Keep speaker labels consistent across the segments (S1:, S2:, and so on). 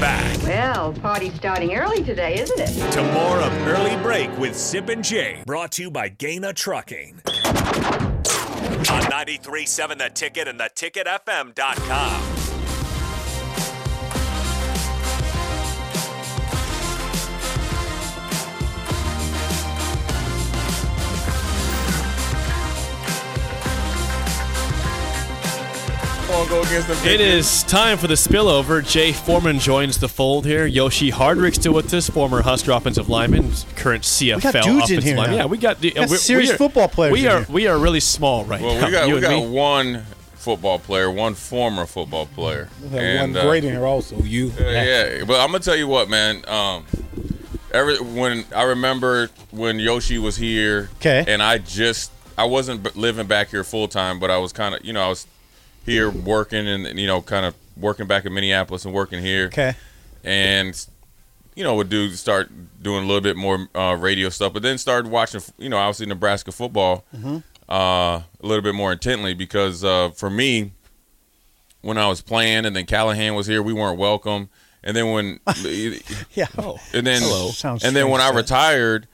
S1: Back
S2: Well, party's starting early today, isn't it?
S1: to more of Early Break with Sip and Jay, brought to you by Gaina Trucking. On 93.7 The Ticket and theticketfm.com.
S3: It is time for the spillover. Jay Foreman joins the fold here. Yoshi Hardrick's still with us, former Husker offensive lineman, current CFL
S4: got dudes in
S3: offensive
S4: here
S3: lineman.
S4: now.
S3: Yeah, we got, the-
S4: got serious football players
S3: We
S4: in
S3: are
S4: here.
S3: we are really small right
S5: Well,
S3: now.
S5: we got
S3: you
S5: we got
S3: and me.
S5: one football player, one former football player,
S4: We have
S5: and
S4: one
S5: uh,
S4: great in here also. You.
S5: uh, yeah, but I'm gonna tell you what, man. Um, every when I remember when Yoshi was here,
S4: 'Kay.
S5: and I just I wasn't b- living back here full time, but I was kind of you know I was here working and you know kind of working back in Minneapolis and working here,
S4: Okay.
S5: and you know would do start doing a little bit more uh, radio stuff, but then started watching you know obviously Nebraska football uh, a little bit more intently because uh, for me when I was playing and then Callahan was here, we weren't welcome, and then when and
S4: Yeah.
S5: then
S4: Hello. Sounds
S5: and then when I
S4: strange, sir.
S5: retired,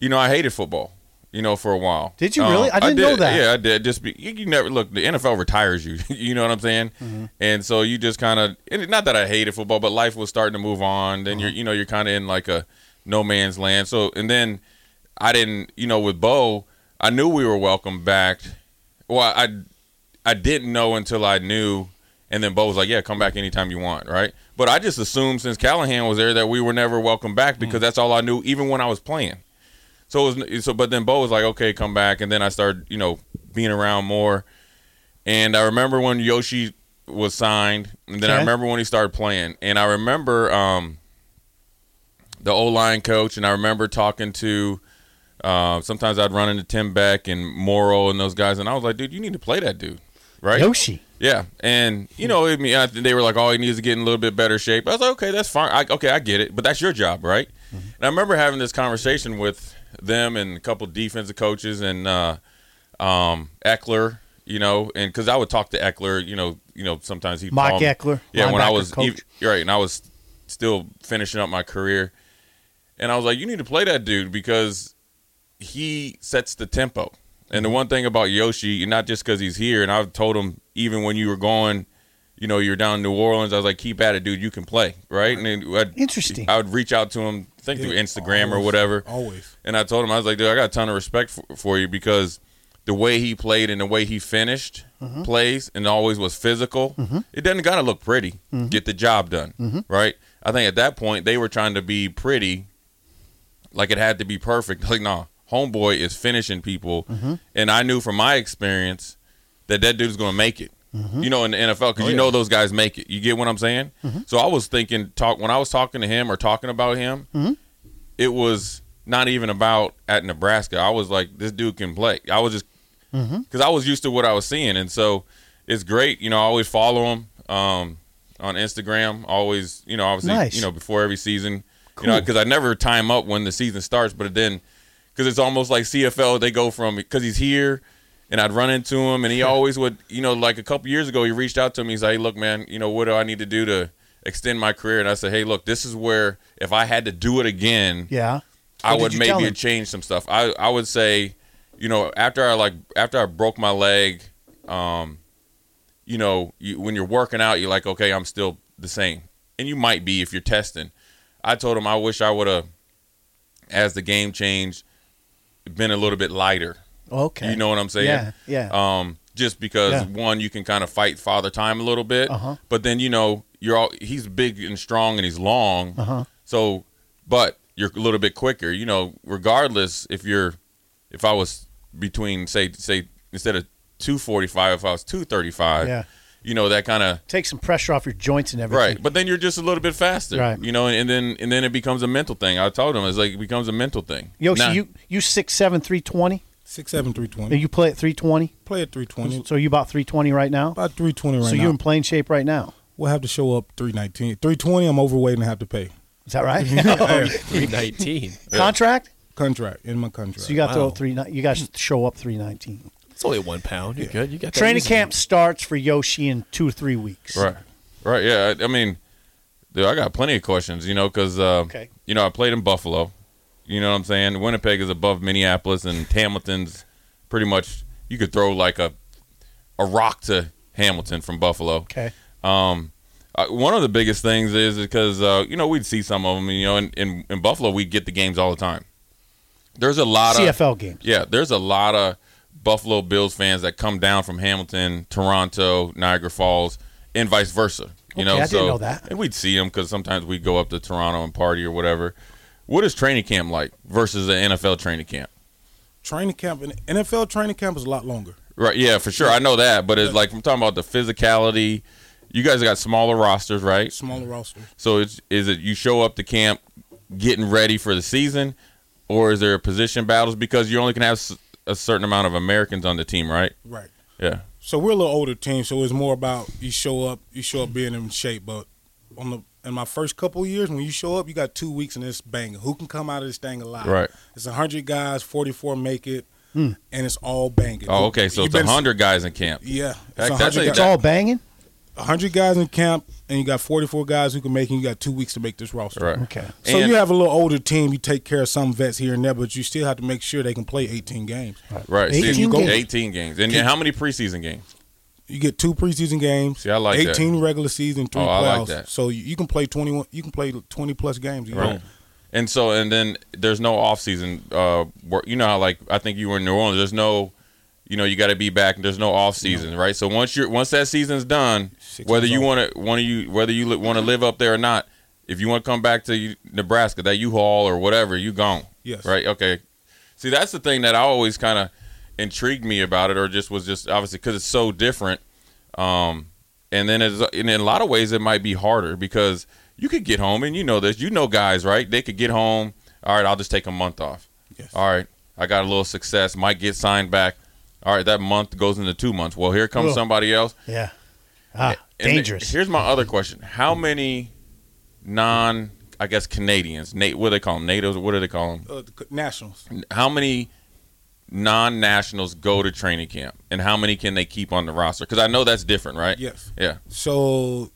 S5: you know I hated football. You know, for a while.
S4: Did you really? I didn't know that.
S5: Yeah, I did. Just be, you, you never look. The NFL retires you. you know what I'm saying?
S4: Mm-hmm.
S5: And so you just kind of and not that I hated football, but life was starting to move on. Then you're
S4: Uh-huh.
S5: you know you're kind of in like a no man's land. So and then I didn't you know with Bo, I knew we were welcome back. Well, I I didn't know until I knew, and then Bo was like, "Yeah, come back anytime you want." Right? But I just assumed since Callahan was there that we were never welcome back because that's all I knew, even when I was playing. So it was so, but then Bo was like, "Okay, come back," and then I started, you know, being around more. And I remember when Yoshi was signed, and then I
S4: Okay.
S5: remember when he started playing, and I remember um, the O line coach, and I remember talking to. Uh, sometimes I'd run into Tim Beck and Morrow and those guys, and I was like, "Dude, you need to play that dude, right?"
S4: Yoshi.
S5: Yeah, and you know, I mean, I, they were like, "Oh, he needs to get in a little bit better shape." I was like, "Okay, that's fine. I, okay, I get it, but that's your job, right?"
S4: Mm-hmm.
S5: And I remember having this conversation with them and a couple defensive coaches and uh, um, Eckler, you know, and because I would talk to Eckler, you know, you know, sometimes he
S4: Mike Eckler,
S5: yeah, when I
S4: linebacker
S5: was
S4: coach.
S5: ev- you're right, and I was still finishing up my career, and I was like, "You need to play that dude because he sets the tempo. And the one thing about Yoshi, not just because he's here, and I've told him even when you were going, you know, you're down in New Orleans, I was like, keep at it, dude. You can play, right? And then I'd,
S4: Interesting.
S5: I would reach out to him, I think through Instagram or whatever.
S6: Always.
S5: And I told him, I was like, dude, I got a ton of respect for, for you because the way he played and the way he finished plays and always was physical, it doesn't got to look pretty. Get the job done, right? I think at that point, they were trying to be pretty, like it had to be perfect. Like, nah, homeboy is finishing people. And I knew from my experience that that dude's going to make it. You know, in the NFL, because you know those guys make it. You get what I'm saying? So I was thinking, talk when I was talking to him or talking about him, it was not even about at Nebraska. I was like, this dude can play. I was just because I was used to what I was seeing, and so it's great. You know, I always follow him um, on Instagram. Always, you know, obviously,
S4: Nice.
S5: you know, before every season, you know, because I never time up when the season starts, but then because it's almost like CFL. They go from because he's here, and I'd run into him, and he always would, you know, like a couple years ago, he reached out to me. He's like, hey, "Look, man, you know, what do I need to do to extend my career?" And I said, "Hey, look, this is where if I had to do it again,
S4: Yeah.
S5: I
S4: What did
S5: would
S4: you tell
S5: maybe
S4: him?
S5: change some stuff. I I would say, you know, after I like after I broke my leg, um, you know, you, when you're working out, you're like, okay, I'm still the same, and you might be if you're testing. I told him I wish I would have, as the game changed, been a little bit lighter.
S4: Okay.
S5: You know what I'm saying?
S4: Yeah, yeah.
S5: Um, just because
S4: Yeah.
S5: one, you can kind of fight father time a little bit,
S4: Uh-huh.
S5: but then you know you're all he's big and strong and he's long, uh-huh. so but you're a little bit quicker. You know, regardless if you're if I was between say say instead of 245, if I was 235,
S4: Yeah.
S5: you know that kind of
S4: Take some pressure off your joints and everything.
S5: Right, but then you're just a little bit faster,
S4: Right.
S5: You know, and then and then it becomes a mental thing. I told him it's like it becomes a mental thing.
S4: Yoshi,
S5: Now-
S4: you you six seven three twenty.
S6: Six seven three
S5: Mm-hmm.
S6: twenty.
S4: You play at three twenty.
S6: Play at three twenty.
S4: So you about three twenty right now.
S6: About three twenty right
S4: so
S6: now.
S4: you're in plain shape right now.
S6: we'll have to show up three nineteen. Three twenty. I'm overweight and have to pay
S4: Is that right? Oh,
S3: 319.
S4: Contract.
S6: contract in my contract.
S4: So you got to throw
S3: Wow.
S4: three. ni- You guys show up three nineteen.
S3: It's only one pound. You're good. You got that
S4: Training
S3: easy.
S4: camp starts for Yoshi in two or three weeks.
S5: Right. Right. Yeah. I, I mean, dude, I got plenty of questions, you know, because, uh,
S4: Okay.
S5: you know, I played in Buffalo. You know what I'm saying? Winnipeg is above Minneapolis, and Hamilton's pretty much, you could throw like a, a rock to Hamilton from Buffalo.
S4: Okay.
S5: Um, uh, one of the biggest things is because uh, you know we'd see some of them. You know, in, in, in Buffalo we get the games all the time. There's a lot of
S4: CFL games.
S5: Yeah, there's a lot of Buffalo Bills fans that come down from Hamilton, Toronto, Niagara Falls, and vice versa. You
S4: Okay,
S5: know,
S4: I didn't
S5: so
S4: know that.
S5: and we'd see them because sometimes we'd go up to Toronto and party or whatever. What is training camp like versus the NFL training camp?
S6: training camp and NFL training camp is a lot longer.
S5: Right, yeah, for sure. I know that, but it's like I'm talking about the physicality. You guys got smaller rosters, right?
S6: Smaller roster.
S5: So it's is it you show up to camp getting ready for the season, or is there position battles because you only can have s- a certain amount of Americans on the team, right?
S6: Right.
S5: Yeah.
S6: So we're a little older team, so it's more about you show up, you show up being in shape. But on the in my first couple of years, when you show up, you got two weeks and it's banging. Who can come out of this thing alive?
S5: Right.
S6: It's hundred guys, forty four make it,
S4: Hmm.
S6: and it's all banging.
S5: Oh, okay. So
S6: You
S5: it's a
S6: been-
S5: hundred guys in camp.
S6: Yeah,
S5: That-
S6: it's a
S5: that's
S6: hundred
S5: a-
S6: guys,
S4: All banging.
S6: a hundred guys in camp, and you got forty four guys who can make, it, and you got two weeks to make this roster.
S5: Right.
S4: Okay.
S6: So
S5: And-
S6: you have a little older team. You take care of some vets here and there, but you still have to make sure they can play 18 games.
S5: right. See,
S4: 18
S5: you-
S4: games.
S5: 18 games. And then how many preseason games?
S6: You get two preseason games.
S5: See, I like that.
S6: 18 regular season, three
S5: Oh, I
S6: playoffs.
S5: like that.
S6: So you, you can play 21. You can play 20 plus games. You know?
S5: And so and then there's no off season uh work. You know how like I think you were in New Orleans. There's no you know you got to be back. There's no off season, right? So once you're once that season's done,
S6: Six
S5: whether
S6: months
S5: you
S6: off.
S5: want to want you whether you li- want to live up there or not, if you want to come back to U- Nebraska, that U-Haul or whatever, you gone.
S6: Yes.
S5: Right? Okay. See, that's the thing that I always kind of intrigued me about it or just was just obviously cuz it's so different. Um and then it's, and in a lot of ways it might be harder because you could get home and you know this you know guys right they could get home all right i'll just take a month off
S6: Yes.
S5: all right i got a little success might get signed back all right that month goes into two months well here comes
S4: Ugh.
S5: somebody else
S4: Yeah. Ah,
S5: And th-
S4: dangerous.
S5: here's my other question how many non i guess canadians nate what do they call them natives what do they call them
S6: Uh, the c- nationals.
S5: how many non-nationals go to training camp and how many can they keep on the roster because i know that's different right
S6: Yes.
S5: yeah
S6: So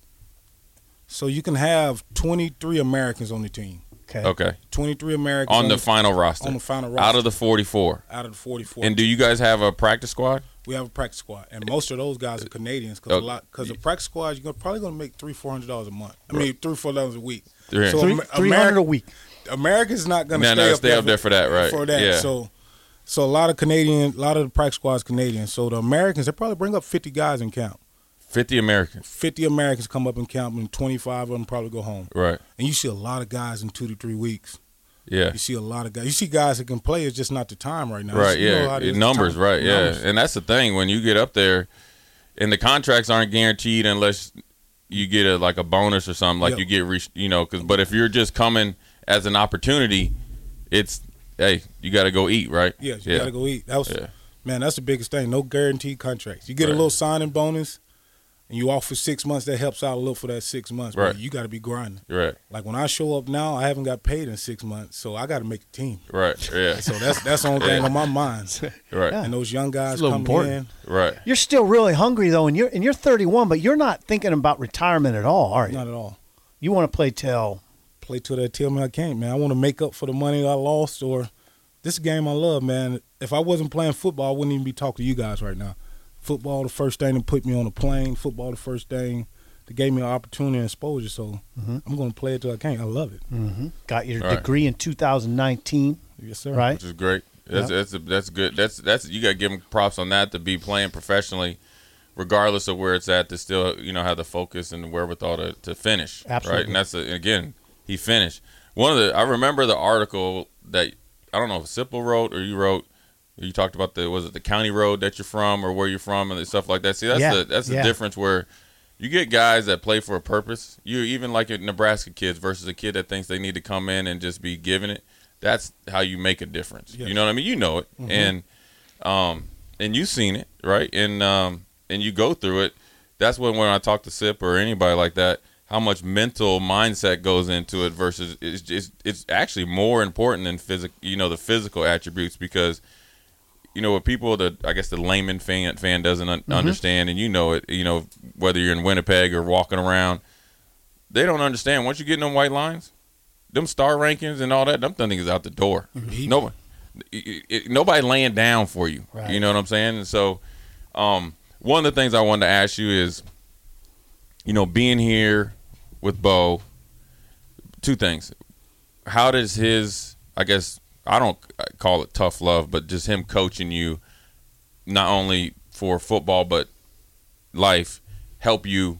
S6: so you can have 23 Americans on the team.
S4: okay.
S5: okay
S6: 23 Americans
S5: on the final roster.
S6: on the final
S5: Out
S6: roster.
S5: of the 44.
S6: out of the 44.
S5: And do you guys have a practice squad?
S6: we have a practice squad, and most of those guys are Canadians because
S5: Oh.
S6: a lot because the practice squad you're gonna, probably going to make three four hundred dollars a month. I mean three four dollars a week.
S5: Three-
S6: So
S4: Three
S6: Amer-
S4: three hundred a
S6: Ameri-
S4: week.
S6: America's not going to
S5: No,
S6: stay,
S5: no,
S6: up,
S5: stay
S6: there
S5: up there for that, right.
S6: For that,
S5: Yeah.
S6: so so a lot of Canadian, a lot of the practice squad's Canadian. So the Americans, they probably bring up fifty guys in camp.
S5: 50 Americans.
S6: Fifty Americans come up in camp, and twenty five of them probably go home.
S5: Right.
S6: And you see a lot of guys in two to three weeks.
S5: Yeah.
S6: You see a lot of guys. You see guys that can play. It's just not the time right now.
S5: Right.
S6: You know
S5: Yeah.
S6: how it is,
S5: It
S6: the
S5: numbers.
S6: time-
S5: Right. Yeah.
S6: numbers.
S5: And that's the thing when you get up there, and the contracts aren't guaranteed unless you get a like a bonus or something. Like
S6: Yep.
S5: you get, re- you know, because but if you're just coming as an opportunity, it's hey, you got to go eat, right?
S6: Yeah, you gotta go eat. That was
S5: Yeah.
S6: man, that's the biggest thing. No guaranteed contracts. You get a
S5: Right.
S6: little signing bonus and you off for six months, that helps out a little for that six months. but
S5: Right.
S6: you gotta be grinding.
S5: Right.
S6: Like when I show up now, I haven't got paid in six months, so I gotta make the team.
S5: Right. Yeah.
S6: So that's that's the only thing on my mind.
S5: right.
S6: And those young guys
S3: a little
S6: coming in.
S3: important.
S5: Right.
S4: You're still really hungry though, and you're and you're 31, but you're not thinking about retirement at all, are you?
S6: Not at all.
S4: You want to play till
S6: Play till they tell me I can't, man. I wanna make up for the money I lost or this game I love, man. If I wasn't playing football, I wouldn't even be talking to you guys right now. football the first thing that put me on a plane. Football the first thing that gave me an opportunity and exposure. So I'm going to play it till I can't. I love it.
S4: Got your
S5: Right.
S4: degree in 2019,
S6: Yes, sir.
S4: right?
S5: which is great. That's that's that's good. That's that's you got to give him props on that to be playing professionally, regardless of where it's at. To still you know have the focus and the wherewithal to, to finish.
S4: Absolutely.
S5: Right, and that's a, and again he finished. One of the I remember the article that I don't know if Sipple wrote or you wrote. You talked about the was it the county road that you're from or where you're from and stuff like that. See, that's
S4: Yeah,
S5: the that's the
S4: yeah.
S5: difference where you get guys that play for a purpose. You even like your Nebraska kids versus a kid that thinks they need to come in and just be giving it. That's how you make a difference. You
S6: Yes.
S5: know what I mean? You know it,
S4: Mm-hmm.
S5: and um, and you've seen it, right? And um, and you go through it. That's when when I talk to Sip or anybody like that, how much mental mindset goes into it versus it's just it's actually more important than physical. You know the physical attributes because you know, what people that I guess the layman fan fan doesn't un- understand, and you know it. You know whether you're in Winnipeg or walking around, they don't understand. Once you get in them white lines, them star rankings and all that, them things is out the door. Nobody, it- it- nobody laying down for you. You know what I'm saying? And so, um, one of the things I wanted to ask you is, you know, being here with Bo, two things. How does his, I guess, I don't call it tough love, but just him coaching you, not only for football but life, help you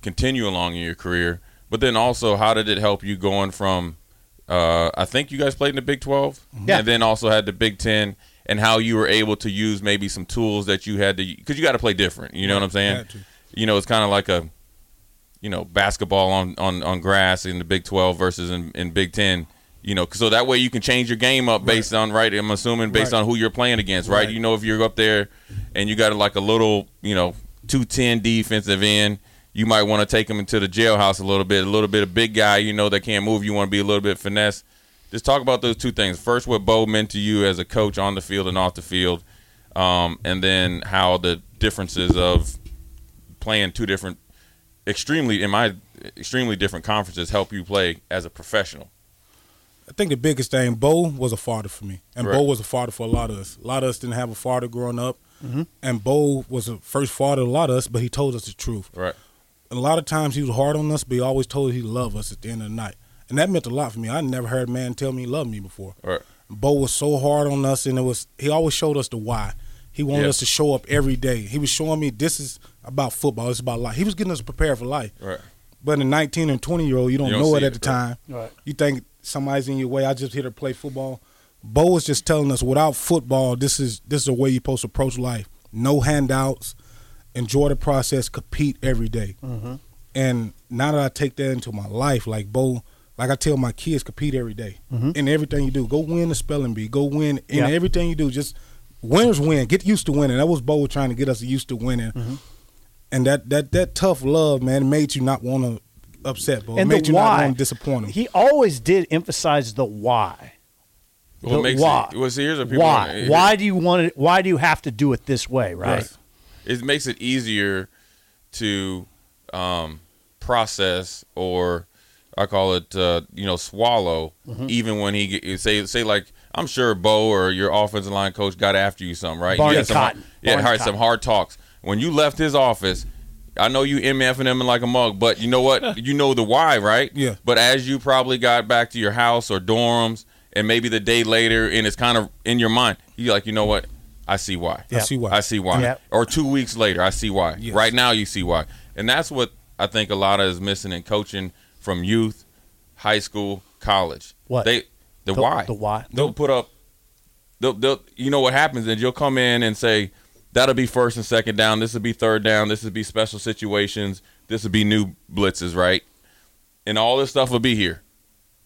S5: continue along in your career. But then also, how did it help you going from? Uh, I think you guys played in the Big Twelve,
S6: Mm-hmm.
S4: Yeah.
S5: and then also had the Big Ten, and how you were able to use maybe some tools that you had to because you got to play different. You know what I'm saying?
S6: Had to.
S5: You know, it's kind of like a you know basketball on on on grass in the Big 12 versus in, in Big 10. You know, so that way you can change your game up based on right. I'm assuming based
S6: Right.
S5: on who you're playing against, right?
S6: Right.
S5: You know, if you're up there and you got like a little, you know, 210 defensive end, you might want to take him into the jailhouse a little bit, a little bit of big guy, you know, that can't move. You want to be a little bit finesse. Just talk about those two things. First, what Bo meant to you as a coach on the field and off the field, um, and then how the differences of playing two different extremely in my extremely different conferences help you play as a professional.
S6: I think the biggest thing, Bo was a father for me, and
S5: Right.
S6: Bo was a father for a lot of us. A lot of us didn't have a father growing up, and Bo was the first father to a lot of us, but he told us the truth.
S5: Right.
S6: a lot of times he was hard on us, but he always told us he loved us at the end of the night. And that meant a lot for me. I never heard a man tell me he loved me before.
S5: Right.
S6: Bo was so hard on us, and it was he always showed us the why. He wanted
S5: Yeah.
S6: us to show up every day. He was showing me this is about football. It's about life. He was getting us prepared for life.
S5: Right.
S6: But a 19 and 20 year old, you don't,
S5: You don't
S6: know it
S5: see
S6: at the
S5: it, right.
S6: time. You think somebody's in your way. I just here to play football. Bo was just telling us without football, this is this is the way you're supposed to approach life. No handouts. Enjoy the process. Compete every day. And now that I take that into my life, like Bo, like I tell my kids, compete every day. in everything you do. Go win the spelling bee. Go win in
S4: Mm-hmm. Yeah.
S6: everything you do. Just winners win. Get used to winning. That was Bo trying to get us used to winning.
S4: Mm-hmm.
S6: And that that that tough love, man, made you not want to upset Bo. It
S4: and
S6: made
S4: the
S6: you not
S4: why.
S6: want to disappoint him.
S4: He always did emphasize the why.
S5: Well,
S4: The
S5: it makes
S4: why?
S5: It, well, see, here's what people
S4: why?
S5: it-
S4: why do you want it? Why do you have to do it this way? Right.
S5: It makes it easier to um, process or I call it uh, you know swallow even when he get- say say like I'm sure Bo or your offensive line coach got after you something right
S4: Barney
S5: you had some,
S4: Cotton.
S5: yeah
S4: Barney
S5: hard,
S4: Cotton.
S5: some hard talks when you left his office I know you MFing him like a mug but you know what you know the why right
S6: Yeah.
S5: but as you probably got back to your house or dorms and maybe the day later and it's kind of in your mind you're like you know what I see why
S6: I see why.
S5: I see why.
S4: Yep.
S5: Or two weeks later, I see why.
S6: Yes.
S5: Right now, you see why. And that's what I think a lot of is missing in coaching from youth, high school, college.
S4: What?
S5: they the, why
S4: The why.
S5: they'll put up. They'll, they'll you know what happens is you'll come in and say that'll be first and second down. This will be third down. This will be special situations. This will be new blitzes, right? And all this stuff will be here,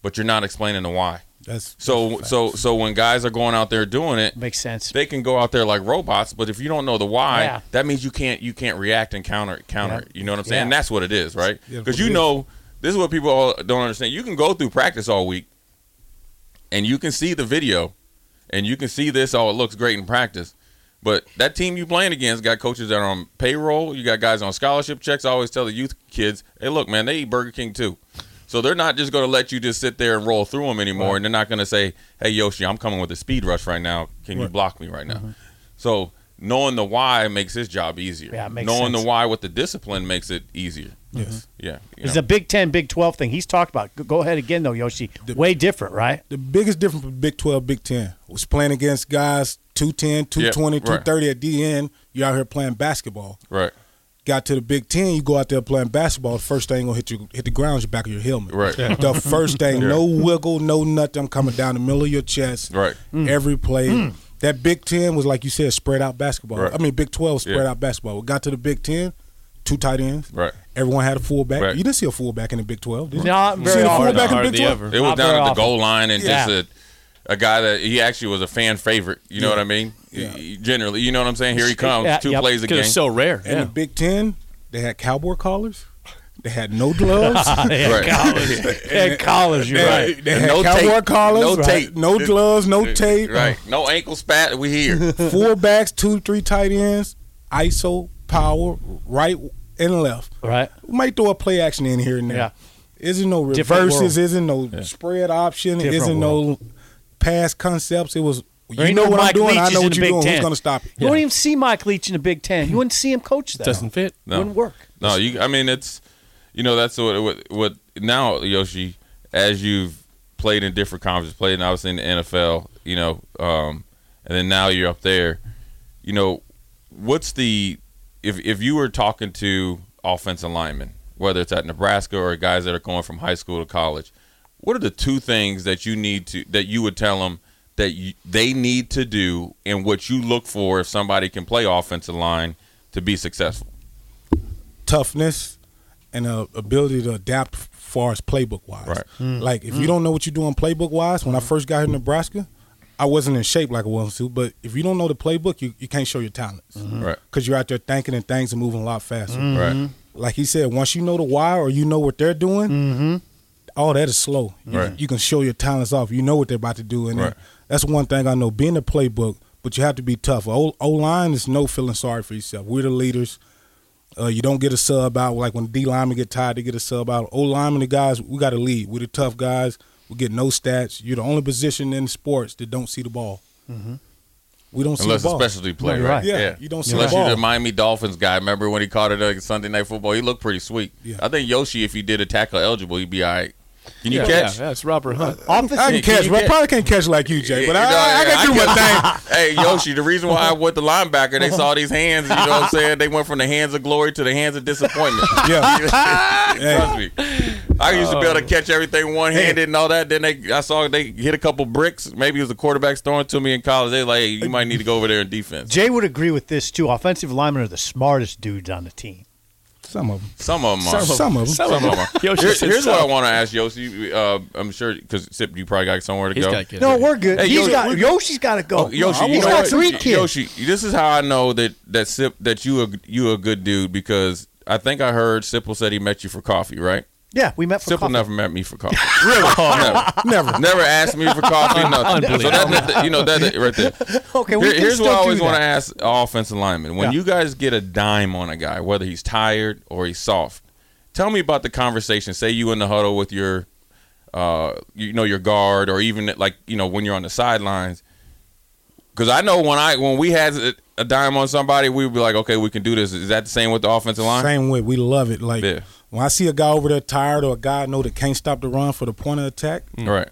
S5: but you're not explaining the why.
S6: That's
S5: So so so when guys are going out there doing it,
S4: Makes sense.
S5: they can go out there like robots, but if you don't know the why,
S4: Yeah.
S5: that means you can't you can't react and counter it, counter.
S4: Yeah.
S5: it. You know what I'm saying?
S4: Yeah.
S5: And that's what it is, right?
S6: Yeah, that's
S5: Because
S6: what
S5: you
S6: it
S5: know this is what people all don't understand. You can go through practice all week, and you can see the video, and you can see this. Oh, it looks great in practice, but that team you playing against got coaches that are on payroll. You got guys on scholarship checks. I always tell the youth kids, hey, look, man, they eat Burger King too. So they're not just going to let you just sit there and roll through them anymore, and
S4: Mm-hmm.
S5: they're not going to say, "Hey Yoshi, I'm coming with a speed rush right now. Can you block me right now?" So knowing the why makes his job easier.
S4: Yeah, it makes
S5: knowing
S4: sense. Mm-hmm.
S5: the why with the discipline makes it easier. Yes. Yeah. you
S4: It's
S5: know.
S4: a Big Ten, Big Twelve thing he's talked about. Go- Go ahead again though, Yoshi. Way different, right?
S6: The biggest difference with Big 12, Big 10 was playing against guys 210, 220,
S5: Yeah, right.
S6: 230 at the end. You're out here playing basketball.
S5: right.
S6: Got to the Big 10, you go out there playing basketball. The first thing gonna hit you, hit the ground is your back of your helmet.
S5: Right. Yeah.
S6: The first thing, no wiggle, no nothing. I'm coming down the middle of your chest.
S5: Right.
S6: Every play. That Big 10 was, like you said, spread out basketball.
S5: Right.
S6: I mean, Big 12 spread
S5: Yeah.
S6: out basketball. We got to the Big 10, two tight ends.
S5: Right.
S6: Everyone had a fullback.
S5: Right.
S6: You didn't see a fullback in the Big 12, did you?
S4: Not
S6: You
S4: very
S6: seen a
S4: often.
S6: fullback in the
S3: Hardly
S6: Big 12?
S3: ever.
S5: It was
S4: Not
S5: down
S4: very
S5: at the
S4: often.
S5: goal line and
S4: Yeah.
S5: just a, a guy that he actually was a fan favorite. You know what I mean? Y- Generally, you know what I'm saying? Here he comes,
S4: Yeah,
S5: two
S4: yep.
S5: plays a
S3: Because
S5: game.
S3: it's so rare.
S6: In
S3: Yeah.
S6: the Big Ten, they had cowboy collars. They had no gloves.
S4: Yeah,
S5: Right.
S4: college. yeah, college. You're
S6: They-
S4: right.
S6: They had
S5: No
S6: cowboy
S5: tape.
S6: collars.
S5: No
S6: right?
S5: tape.
S6: No gloves. No tape.
S5: right. No ankle spat. We here.
S6: Four backs, two, three tight ends, ISO, power, right and left.
S4: Right.
S6: We might throw a play action in here and there.
S4: Yeah.
S6: Isn't no
S4: Different world.
S6: reverses, isn't no spread option,
S4: Different
S6: isn't
S4: world.
S6: no pass concepts. It was you
S4: Ain't
S6: know
S4: no
S6: what
S4: Mike
S6: I'm doing, I
S4: Leaches
S6: know
S4: in
S6: what
S4: the
S6: you're
S4: Big
S6: doing.
S4: Ten.
S6: Who's gonna stop it?
S4: You don't even see Mike Leach in the Big Ten. You wouldn't see him coach that.
S3: Doesn't fit.
S5: No.
S4: Wouldn't work.
S5: No, you. I mean, it's you know that's what what, what now Yoshi, as you've played in different conferences, played and obviously in the NFL, you know, um, and then now you're up there. You know, what's the if if you were talking to offensive linemen, whether it's at Nebraska or guys that are going from high school to college, what are the two things that you need to that you would tell them that you, they need to do and what you look for if somebody can play offensive line to be successful?
S6: toughness and uh, ability to adapt f- far as playbook wise.
S5: Right.
S6: Like if you don't know what you're doing playbook wise, when I first got here in Nebraska, I wasn't in shape like I was to, but if you don't know the playbook, you, you can't show your talents.
S5: Right.
S6: Cause you're out there thinking and things are moving a lot faster.
S5: Mm-hmm. Right.
S6: Like he said, once you know the why or you know what they're doing, all that is slow. You,
S5: Mm-hmm. Right.
S6: you can show your talents off. You know what they're about to do, and
S5: Right.
S6: that's one thing I know. Being a playbook, but you have to be tough. O line is no feeling sorry for yourself. We're the leaders. Uh, you don't get a sub out like when D linemen get tired, they get a sub out. O linemen, the guys, we got to lead. We're the tough guys. We get no stats. You're the only position in sports that don't see the ball. We don't
S5: Mm-hmm. Unless
S6: see the
S5: it's
S6: ball.
S5: specialty play,
S4: you're
S5: right?
S4: right.
S6: Yeah, you don't see
S5: Unless
S6: the
S5: you're
S6: ball.
S5: the Miami Dolphins guy. Remember when he caught it uh, Sunday Night Football? He looked pretty sweet.
S6: Yeah.
S5: I think Yoshi, if he did a tackle eligible, he'd be all right. Can you
S3: Yeah,
S5: catch?
S3: Yeah, yeah, it's Robert Hunt.
S4: Uh,
S6: I can
S5: Hey, can
S6: catch,
S5: you
S6: but I
S5: get-
S6: probably can't catch like you, Jay. But I,
S5: You know,
S6: I, I
S5: yeah,
S6: can do my thing.
S5: catch- Hey Yoshi, the reason why I went the linebacker, they saw these hands. You know what I'm saying? They went from the hands of glory to the hands of disappointment.
S6: Yeah. Oh.
S5: Trust me. I used to be able to catch everything one handed and all that. Then they, I saw they hit a couple bricks. Maybe it was the quarterbacks throwing to me in college. They like, hey, you might need to go over there in defense.
S4: Jay would agree with this too. Offensive linemen are the smartest dudes on the team.
S6: Some of them.
S5: Some of them are.
S6: Some of them.
S3: Some of
S5: Some of
S3: them.
S5: 'em.
S3: Yoshi
S5: Here-
S3: said
S5: here's
S3: some.
S5: what I want to ask Yossi. Uh, I'm sure because Sip, you probably got somewhere to
S3: He's
S5: go.
S3: got kids.
S4: No, we're good.
S5: Hey,
S4: He's
S5: Yoshi,
S4: got
S5: we-
S4: Yoshi's got to go.
S5: Yoshi, you
S4: he's
S5: know
S4: got
S5: what?
S4: three kids.
S5: Yoshi, this is how I know that that Sip that you a you a good dude because I think I heard Sipple said he met you for coffee, right?
S4: Yeah, we met for
S5: Sipple
S4: coffee.
S5: never met me for coffee. really? never, never, never asked me for coffee. nothing. So that, that- you know that right there.
S4: Okay, we
S5: Here-
S4: can
S5: here's
S4: still
S5: what I
S4: do
S5: always
S4: that.
S5: want to ask offensive linemen: when
S4: Yeah.
S5: you guys get a dime on a guy, whether he's tired or he's soft, tell me about the conversation. Say you in the huddle with your, uh, you know, your guard, or even like you know when you're on the sidelines. Because I know when I when we had a- a dime on somebody, we would be like, okay, we can do this. Is that the same with the offensive line?
S6: Same way, we love it. Like
S5: Yeah.
S6: when I see a guy over there tired or a guy I know that can't stop the run for the point of attack,
S5: Right.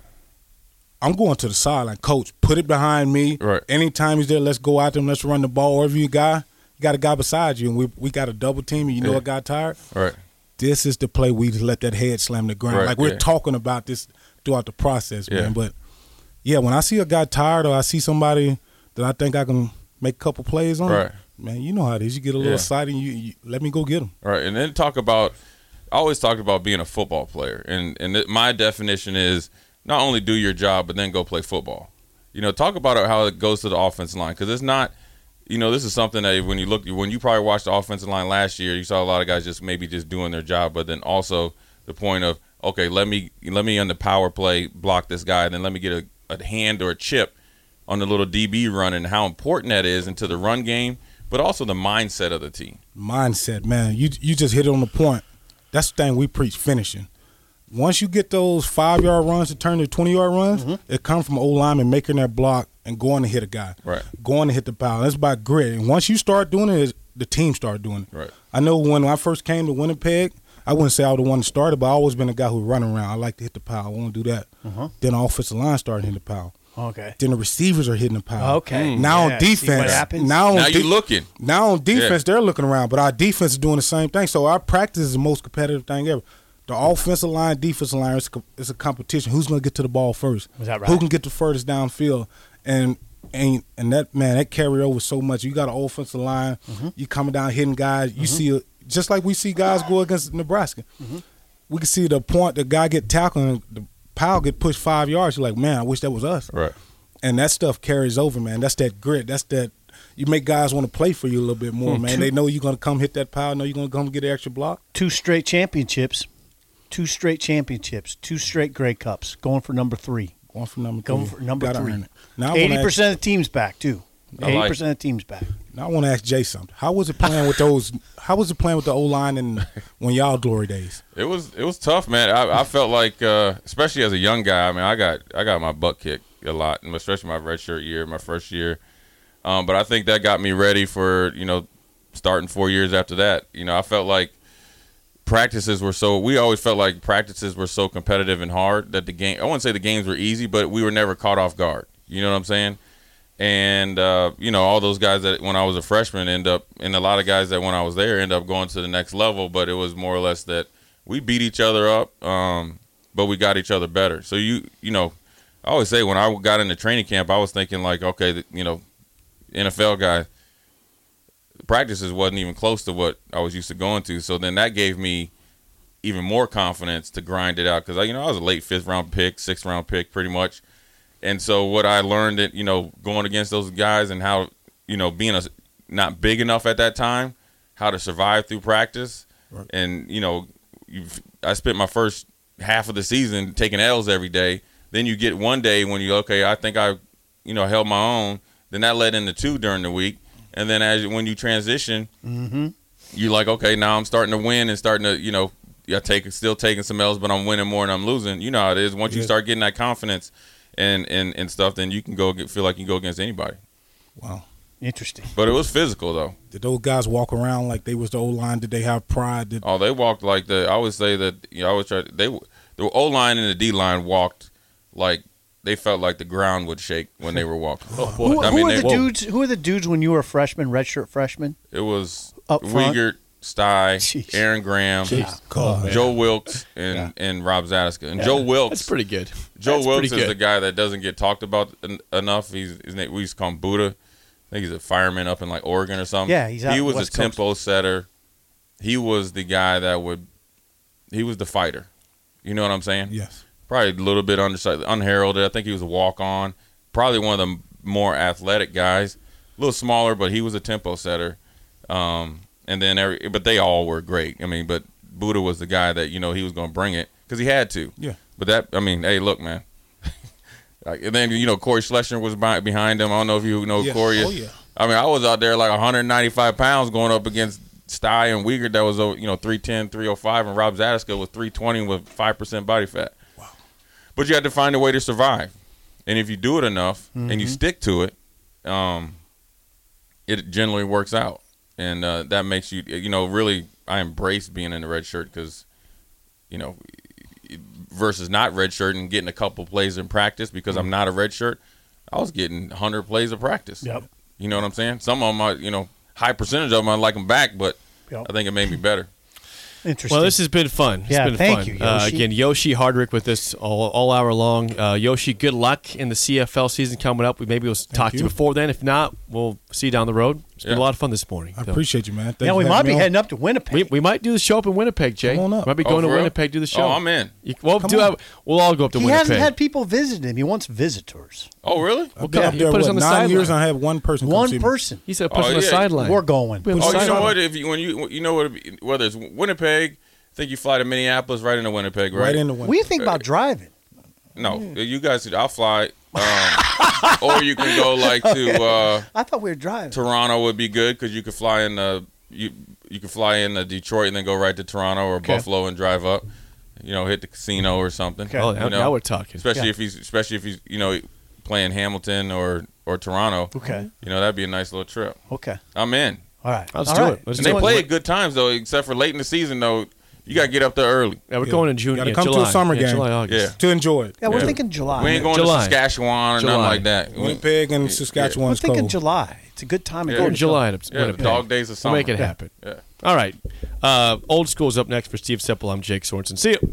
S6: I'm going to the sideline. Coach, put it behind me.
S5: Right.
S6: Anytime he's there, let's go out him. Let's run the ball. Or if you guy, you got a guy beside you, and we we got a double team, and you know
S5: Yeah.
S6: a guy tired.
S5: Right.
S6: This is the play we just let that head slam the ground.
S5: Right,
S6: like we're
S5: yeah.
S6: talking about this throughout the process,
S5: Yeah.
S6: man. But yeah, when I see a guy tired or I see somebody that I think I can make a couple plays on,
S5: Right.
S6: man, you know how it is. You get a little
S5: Yeah.
S6: excited, and you, you let me go get him.
S5: Right, and then talk about. I always talked about being a football player, and and it- my definition is not only do your job, but then go play football. You know, talk about how it goes to the offensive line because it's not. You know, this is something that when you look, when you probably watched the offensive line last year, you saw a lot of guys just maybe just doing their job, but then also the point of okay, let me let me on the power play block this guy, and then let me get a, a hand or a chip on the little DB run, and how important that is into the run game, but also the mindset of the team.
S6: mindset, man. You you just hit it on the point. That's the thing we preach finishing.
S4: Mm-hmm.
S6: Once you get those five yard runs to turn to twenty yard runs, it come from old lineman making that block and going to hit a guy,
S5: Right.
S6: Going to hit the foul. That's by grit. And once you start doing it, the team start doing it.
S5: Right.
S6: I know when I first came to Winnipeg, I wouldn't say I was the one that started, but I always been a guy who run around. I like to hit the power. I want to do that.
S4: Uh-huh.
S6: Then the offensive line started hitting the power.
S4: Okay.
S6: Then the receivers are hitting the power.
S4: Okay. Mm.
S6: Now
S4: Yeah,
S6: on
S4: see
S6: defense,
S4: what happens?
S6: now on
S5: Now you
S6: de-
S5: looking.
S6: now on defense,
S5: Yeah.
S6: they're looking around, but our defense is doing the same thing. So our practice is the most competitive thing ever. The offensive line, defensive line, it's, co- it's a competition. Who's going to get to the ball first?
S4: Is that
S6: Who
S4: right?
S6: can get the furthest downfield? And and and that man, that carry over so much. You got an offensive line.
S4: Mm-hmm.
S6: You coming down hitting guys. You see a, just like we see guys go against Nebraska.
S4: Mm-hmm.
S6: We can see the point the guy get tackled and the pile get pushed five yards. You're like, man, I wish that was us
S5: Right.
S6: and that stuff carries over, man. That's that grit. That's that. You make guys want to play for you a little bit
S4: Hmm,
S6: more, man. They know you're gonna come hit that pile. Know you're gonna come get an extra block.
S4: Two straight championships. Two straight championships. Two straight Grey Cups. Going for number three.
S6: Going for number
S4: Going
S6: three.
S4: for number
S6: Gotta
S4: three.
S6: earn it. Now I wanna
S4: Eighty
S6: ask-
S4: percent of the team's back too.
S5: I
S4: Eighty
S5: like
S4: percent of the team's back.
S6: Now I want to ask Jay something. How was it playing with those? How was it playing with the O line and when y'all glory days?
S5: It was it was tough, man. I, I felt like, uh, especially as a young guy, I mean, I got I got my butt kicked a lot, and especially my redshirt year, my first year. Um, but I think that got me ready for you know starting four years after that. You know, I felt like practices were so we always felt like practices were so competitive and hard that the game I wouldn't say the games were easy, but we were never caught off guard. You know what I'm saying? And uh, you know, all those guys that when I was a freshman end up and a lot of guys that when I was there end up going to the next level, but it was more or less that we beat each other up, um, but we got each other better. So you you know, I always say when I got into training camp, I was thinking like, okay, th- you know, NFL guy practices wasn't even close to what I was used to going to. So then that gave me even more confidence to grind it out because you know I was a late fifth round pick, sixth round pick, pretty much. And so what I learned that you know going against those guys and how you know being a, not big enough at that time, how to survive through practice, and you know you've, I spent my first half of the season taking L's every day. Then you get one day when you okay, I think I you know held my own. Then that led into two during the week, and then as you- when you transition, you like okay now I'm starting to win and starting to you know I take still taking some L's but I'm winning more and I'm losing. You know how it is. Once you start getting that confidence and and and stuff, then you can go get, feel like you can go against anybody.
S6: Wow.
S4: Interesting.
S5: But it was physical though.
S6: Did those guys walk around like they was the O line? Did they have pride? Did
S5: Oh, they walked like the. I would say that you know, I would try. They the O line and the D line walked like they felt like the ground would shake when they were walking. oh boy!
S4: Who,
S5: I
S4: who
S5: mean,
S4: are the
S5: they-
S4: dudes? Who are the dudes when you were a freshman, redshirt freshman?
S5: It was
S4: Up front?
S5: Wiegert, Sty,
S4: Jeez.
S5: Aaron Graham,
S6: God,
S5: Joe Wilkes, and and Rob Zadiska. And Joe Wilkes,
S3: That's pretty good.
S5: Joe
S3: That's pretty
S5: Wilkes is the guy that doesn't get talked about en- enough. He's his name, we used to call him Buddha. I think he's a fireman up in like Oregon or something.
S4: Yeah, he's out
S5: he
S4: in
S5: was
S4: West
S5: a tempo setter. He was the guy that would. He was the fighter. You know what I'm saying?
S6: yes,
S5: Probably a little bit undersized, unheralded. I think he was a walk on. Probably one of the m- more athletic guys. A little smaller, but he was a tempo setter. Um, and then every, but they all were great. I mean, but Buddha was the guy that you know he was going to bring it because he had to.
S6: yeah.
S5: But that, I mean, hey, look, man. like, and then you know, Corey Schlesinger was by, behind him. I don't know if you know
S6: Yeah.
S5: Corey.
S6: Oh, yeah.
S5: I mean, I was out there like 195 pounds going up against Sty and Uyghur that was over, you know 310, 305, and Rob Zadiska was 320 with five percent body fat. Wow. But you had to find a way to survive, and if you do it enough and you stick to it, um, it generally works out, and uh, that makes you, you know, really. I embrace being in the red shirt because, you know, versus not red shirt and getting a couple plays in practice because I'm not a red shirt. I was getting 100 plays of practice.
S4: Yep.
S5: You know what I'm saying? Some of them, I, you know, high percentage of them, I like them back, but
S4: Yep.
S5: I think it made me better.
S4: Interesting.
S3: Well, this has been fun. It's
S4: Yeah,
S3: been
S4: thank
S3: fun.
S4: you,
S3: Uh,
S4: Yoshi.
S3: again, Yoshi Hardrick with us all, all hour long. Uh, Yoshi, good luck in the CFL season coming up. We maybe we'll talk to you
S6: you.
S3: before then. If not, we'll see you down the road. It's been
S5: Yeah.
S3: a lot of fun this morning.
S6: I
S3: So-
S6: appreciate you, man. Thanks
S4: yeah,
S6: for
S4: we
S6: having
S4: might be
S6: me on.
S4: heading up to Winnipeg.
S3: We, we might do the show up in Winnipeg, Jay.
S6: Come on up.
S3: Might be
S5: Oh,
S3: going
S5: for
S3: to
S5: real?
S3: Winnipeg to do the show.
S5: Oh, I'm in.
S3: You, well,
S6: Come
S3: do
S6: on.
S3: I- we'll all go up to
S4: he
S3: Winnipeg.
S4: hasn't had people visit him. He wants visitors.
S5: Oh, really?
S6: I've
S3: come
S6: been
S3: on,
S6: up
S3: you
S6: there
S3: put us
S6: what,
S3: on the
S6: nine years.
S3: sideline.
S6: and I have one person. come see
S4: One
S6: me.
S4: person.
S3: He said, "Put us
S5: Oh,
S3: on the
S5: yeah.
S3: sideline."
S4: We're going.
S3: We have a
S5: Oh, you know
S3: sideline.
S5: what? If you when you you know what? it- Whether it's Winnipeg, I think you fly to Minneapolis, right into Winnipeg, right?
S6: right in the
S4: What
S6: window.
S4: do you think about driving?
S5: no, you guys. I'll fly, um, or you can go like to uh,
S4: I thought we were driving.
S5: Toronto would be good because you could fly in uh, you you could fly in uh, Detroit and then go right to Toronto or Buffalo and drive up. You know, hit the casino or something.
S4: Okay.
S3: Oh,
S5: You
S3: now,
S5: know?
S3: now we're talking.
S5: Especially
S4: Yeah.
S5: if he's especially if he's you know playing Hamilton or or Toronto.
S4: Okay. Oh.
S5: You know that'd be a nice little trip.
S4: Okay.
S5: I'm in.
S4: All right.
S3: Let's
S4: All
S3: do
S4: right.
S3: it. Let's
S5: And
S3: do
S5: they
S3: it.
S5: play at good times though, except for late in the season though. You gotta get up there early.
S3: Yeah, we're going in June.
S6: Gotta
S3: yeah,
S6: come to a
S3: July.
S6: summer
S3: yeah,
S6: game.
S3: July, August.
S5: Yeah.
S6: to enjoy it.
S4: Yeah, we're
S5: Yeah.
S4: thinking July.
S5: We ain't going
S3: July.
S5: to Saskatchewan or
S3: July.
S5: nothing like that. We-
S6: Winnipeg and Saskatchewan
S4: we're
S6: is
S4: thinking
S6: cold.
S4: July. It's a good time to
S5: Yeah.
S4: go.
S3: Or
S4: to
S3: July. to
S5: Yeah, the
S3: Winnipeg.
S5: dog days of
S3: We'll
S5: summer.
S3: make it happen.
S5: Yeah.
S3: All right. Uh, old school's up next for Steve Sipple. I'm Jake Sorensen. See you.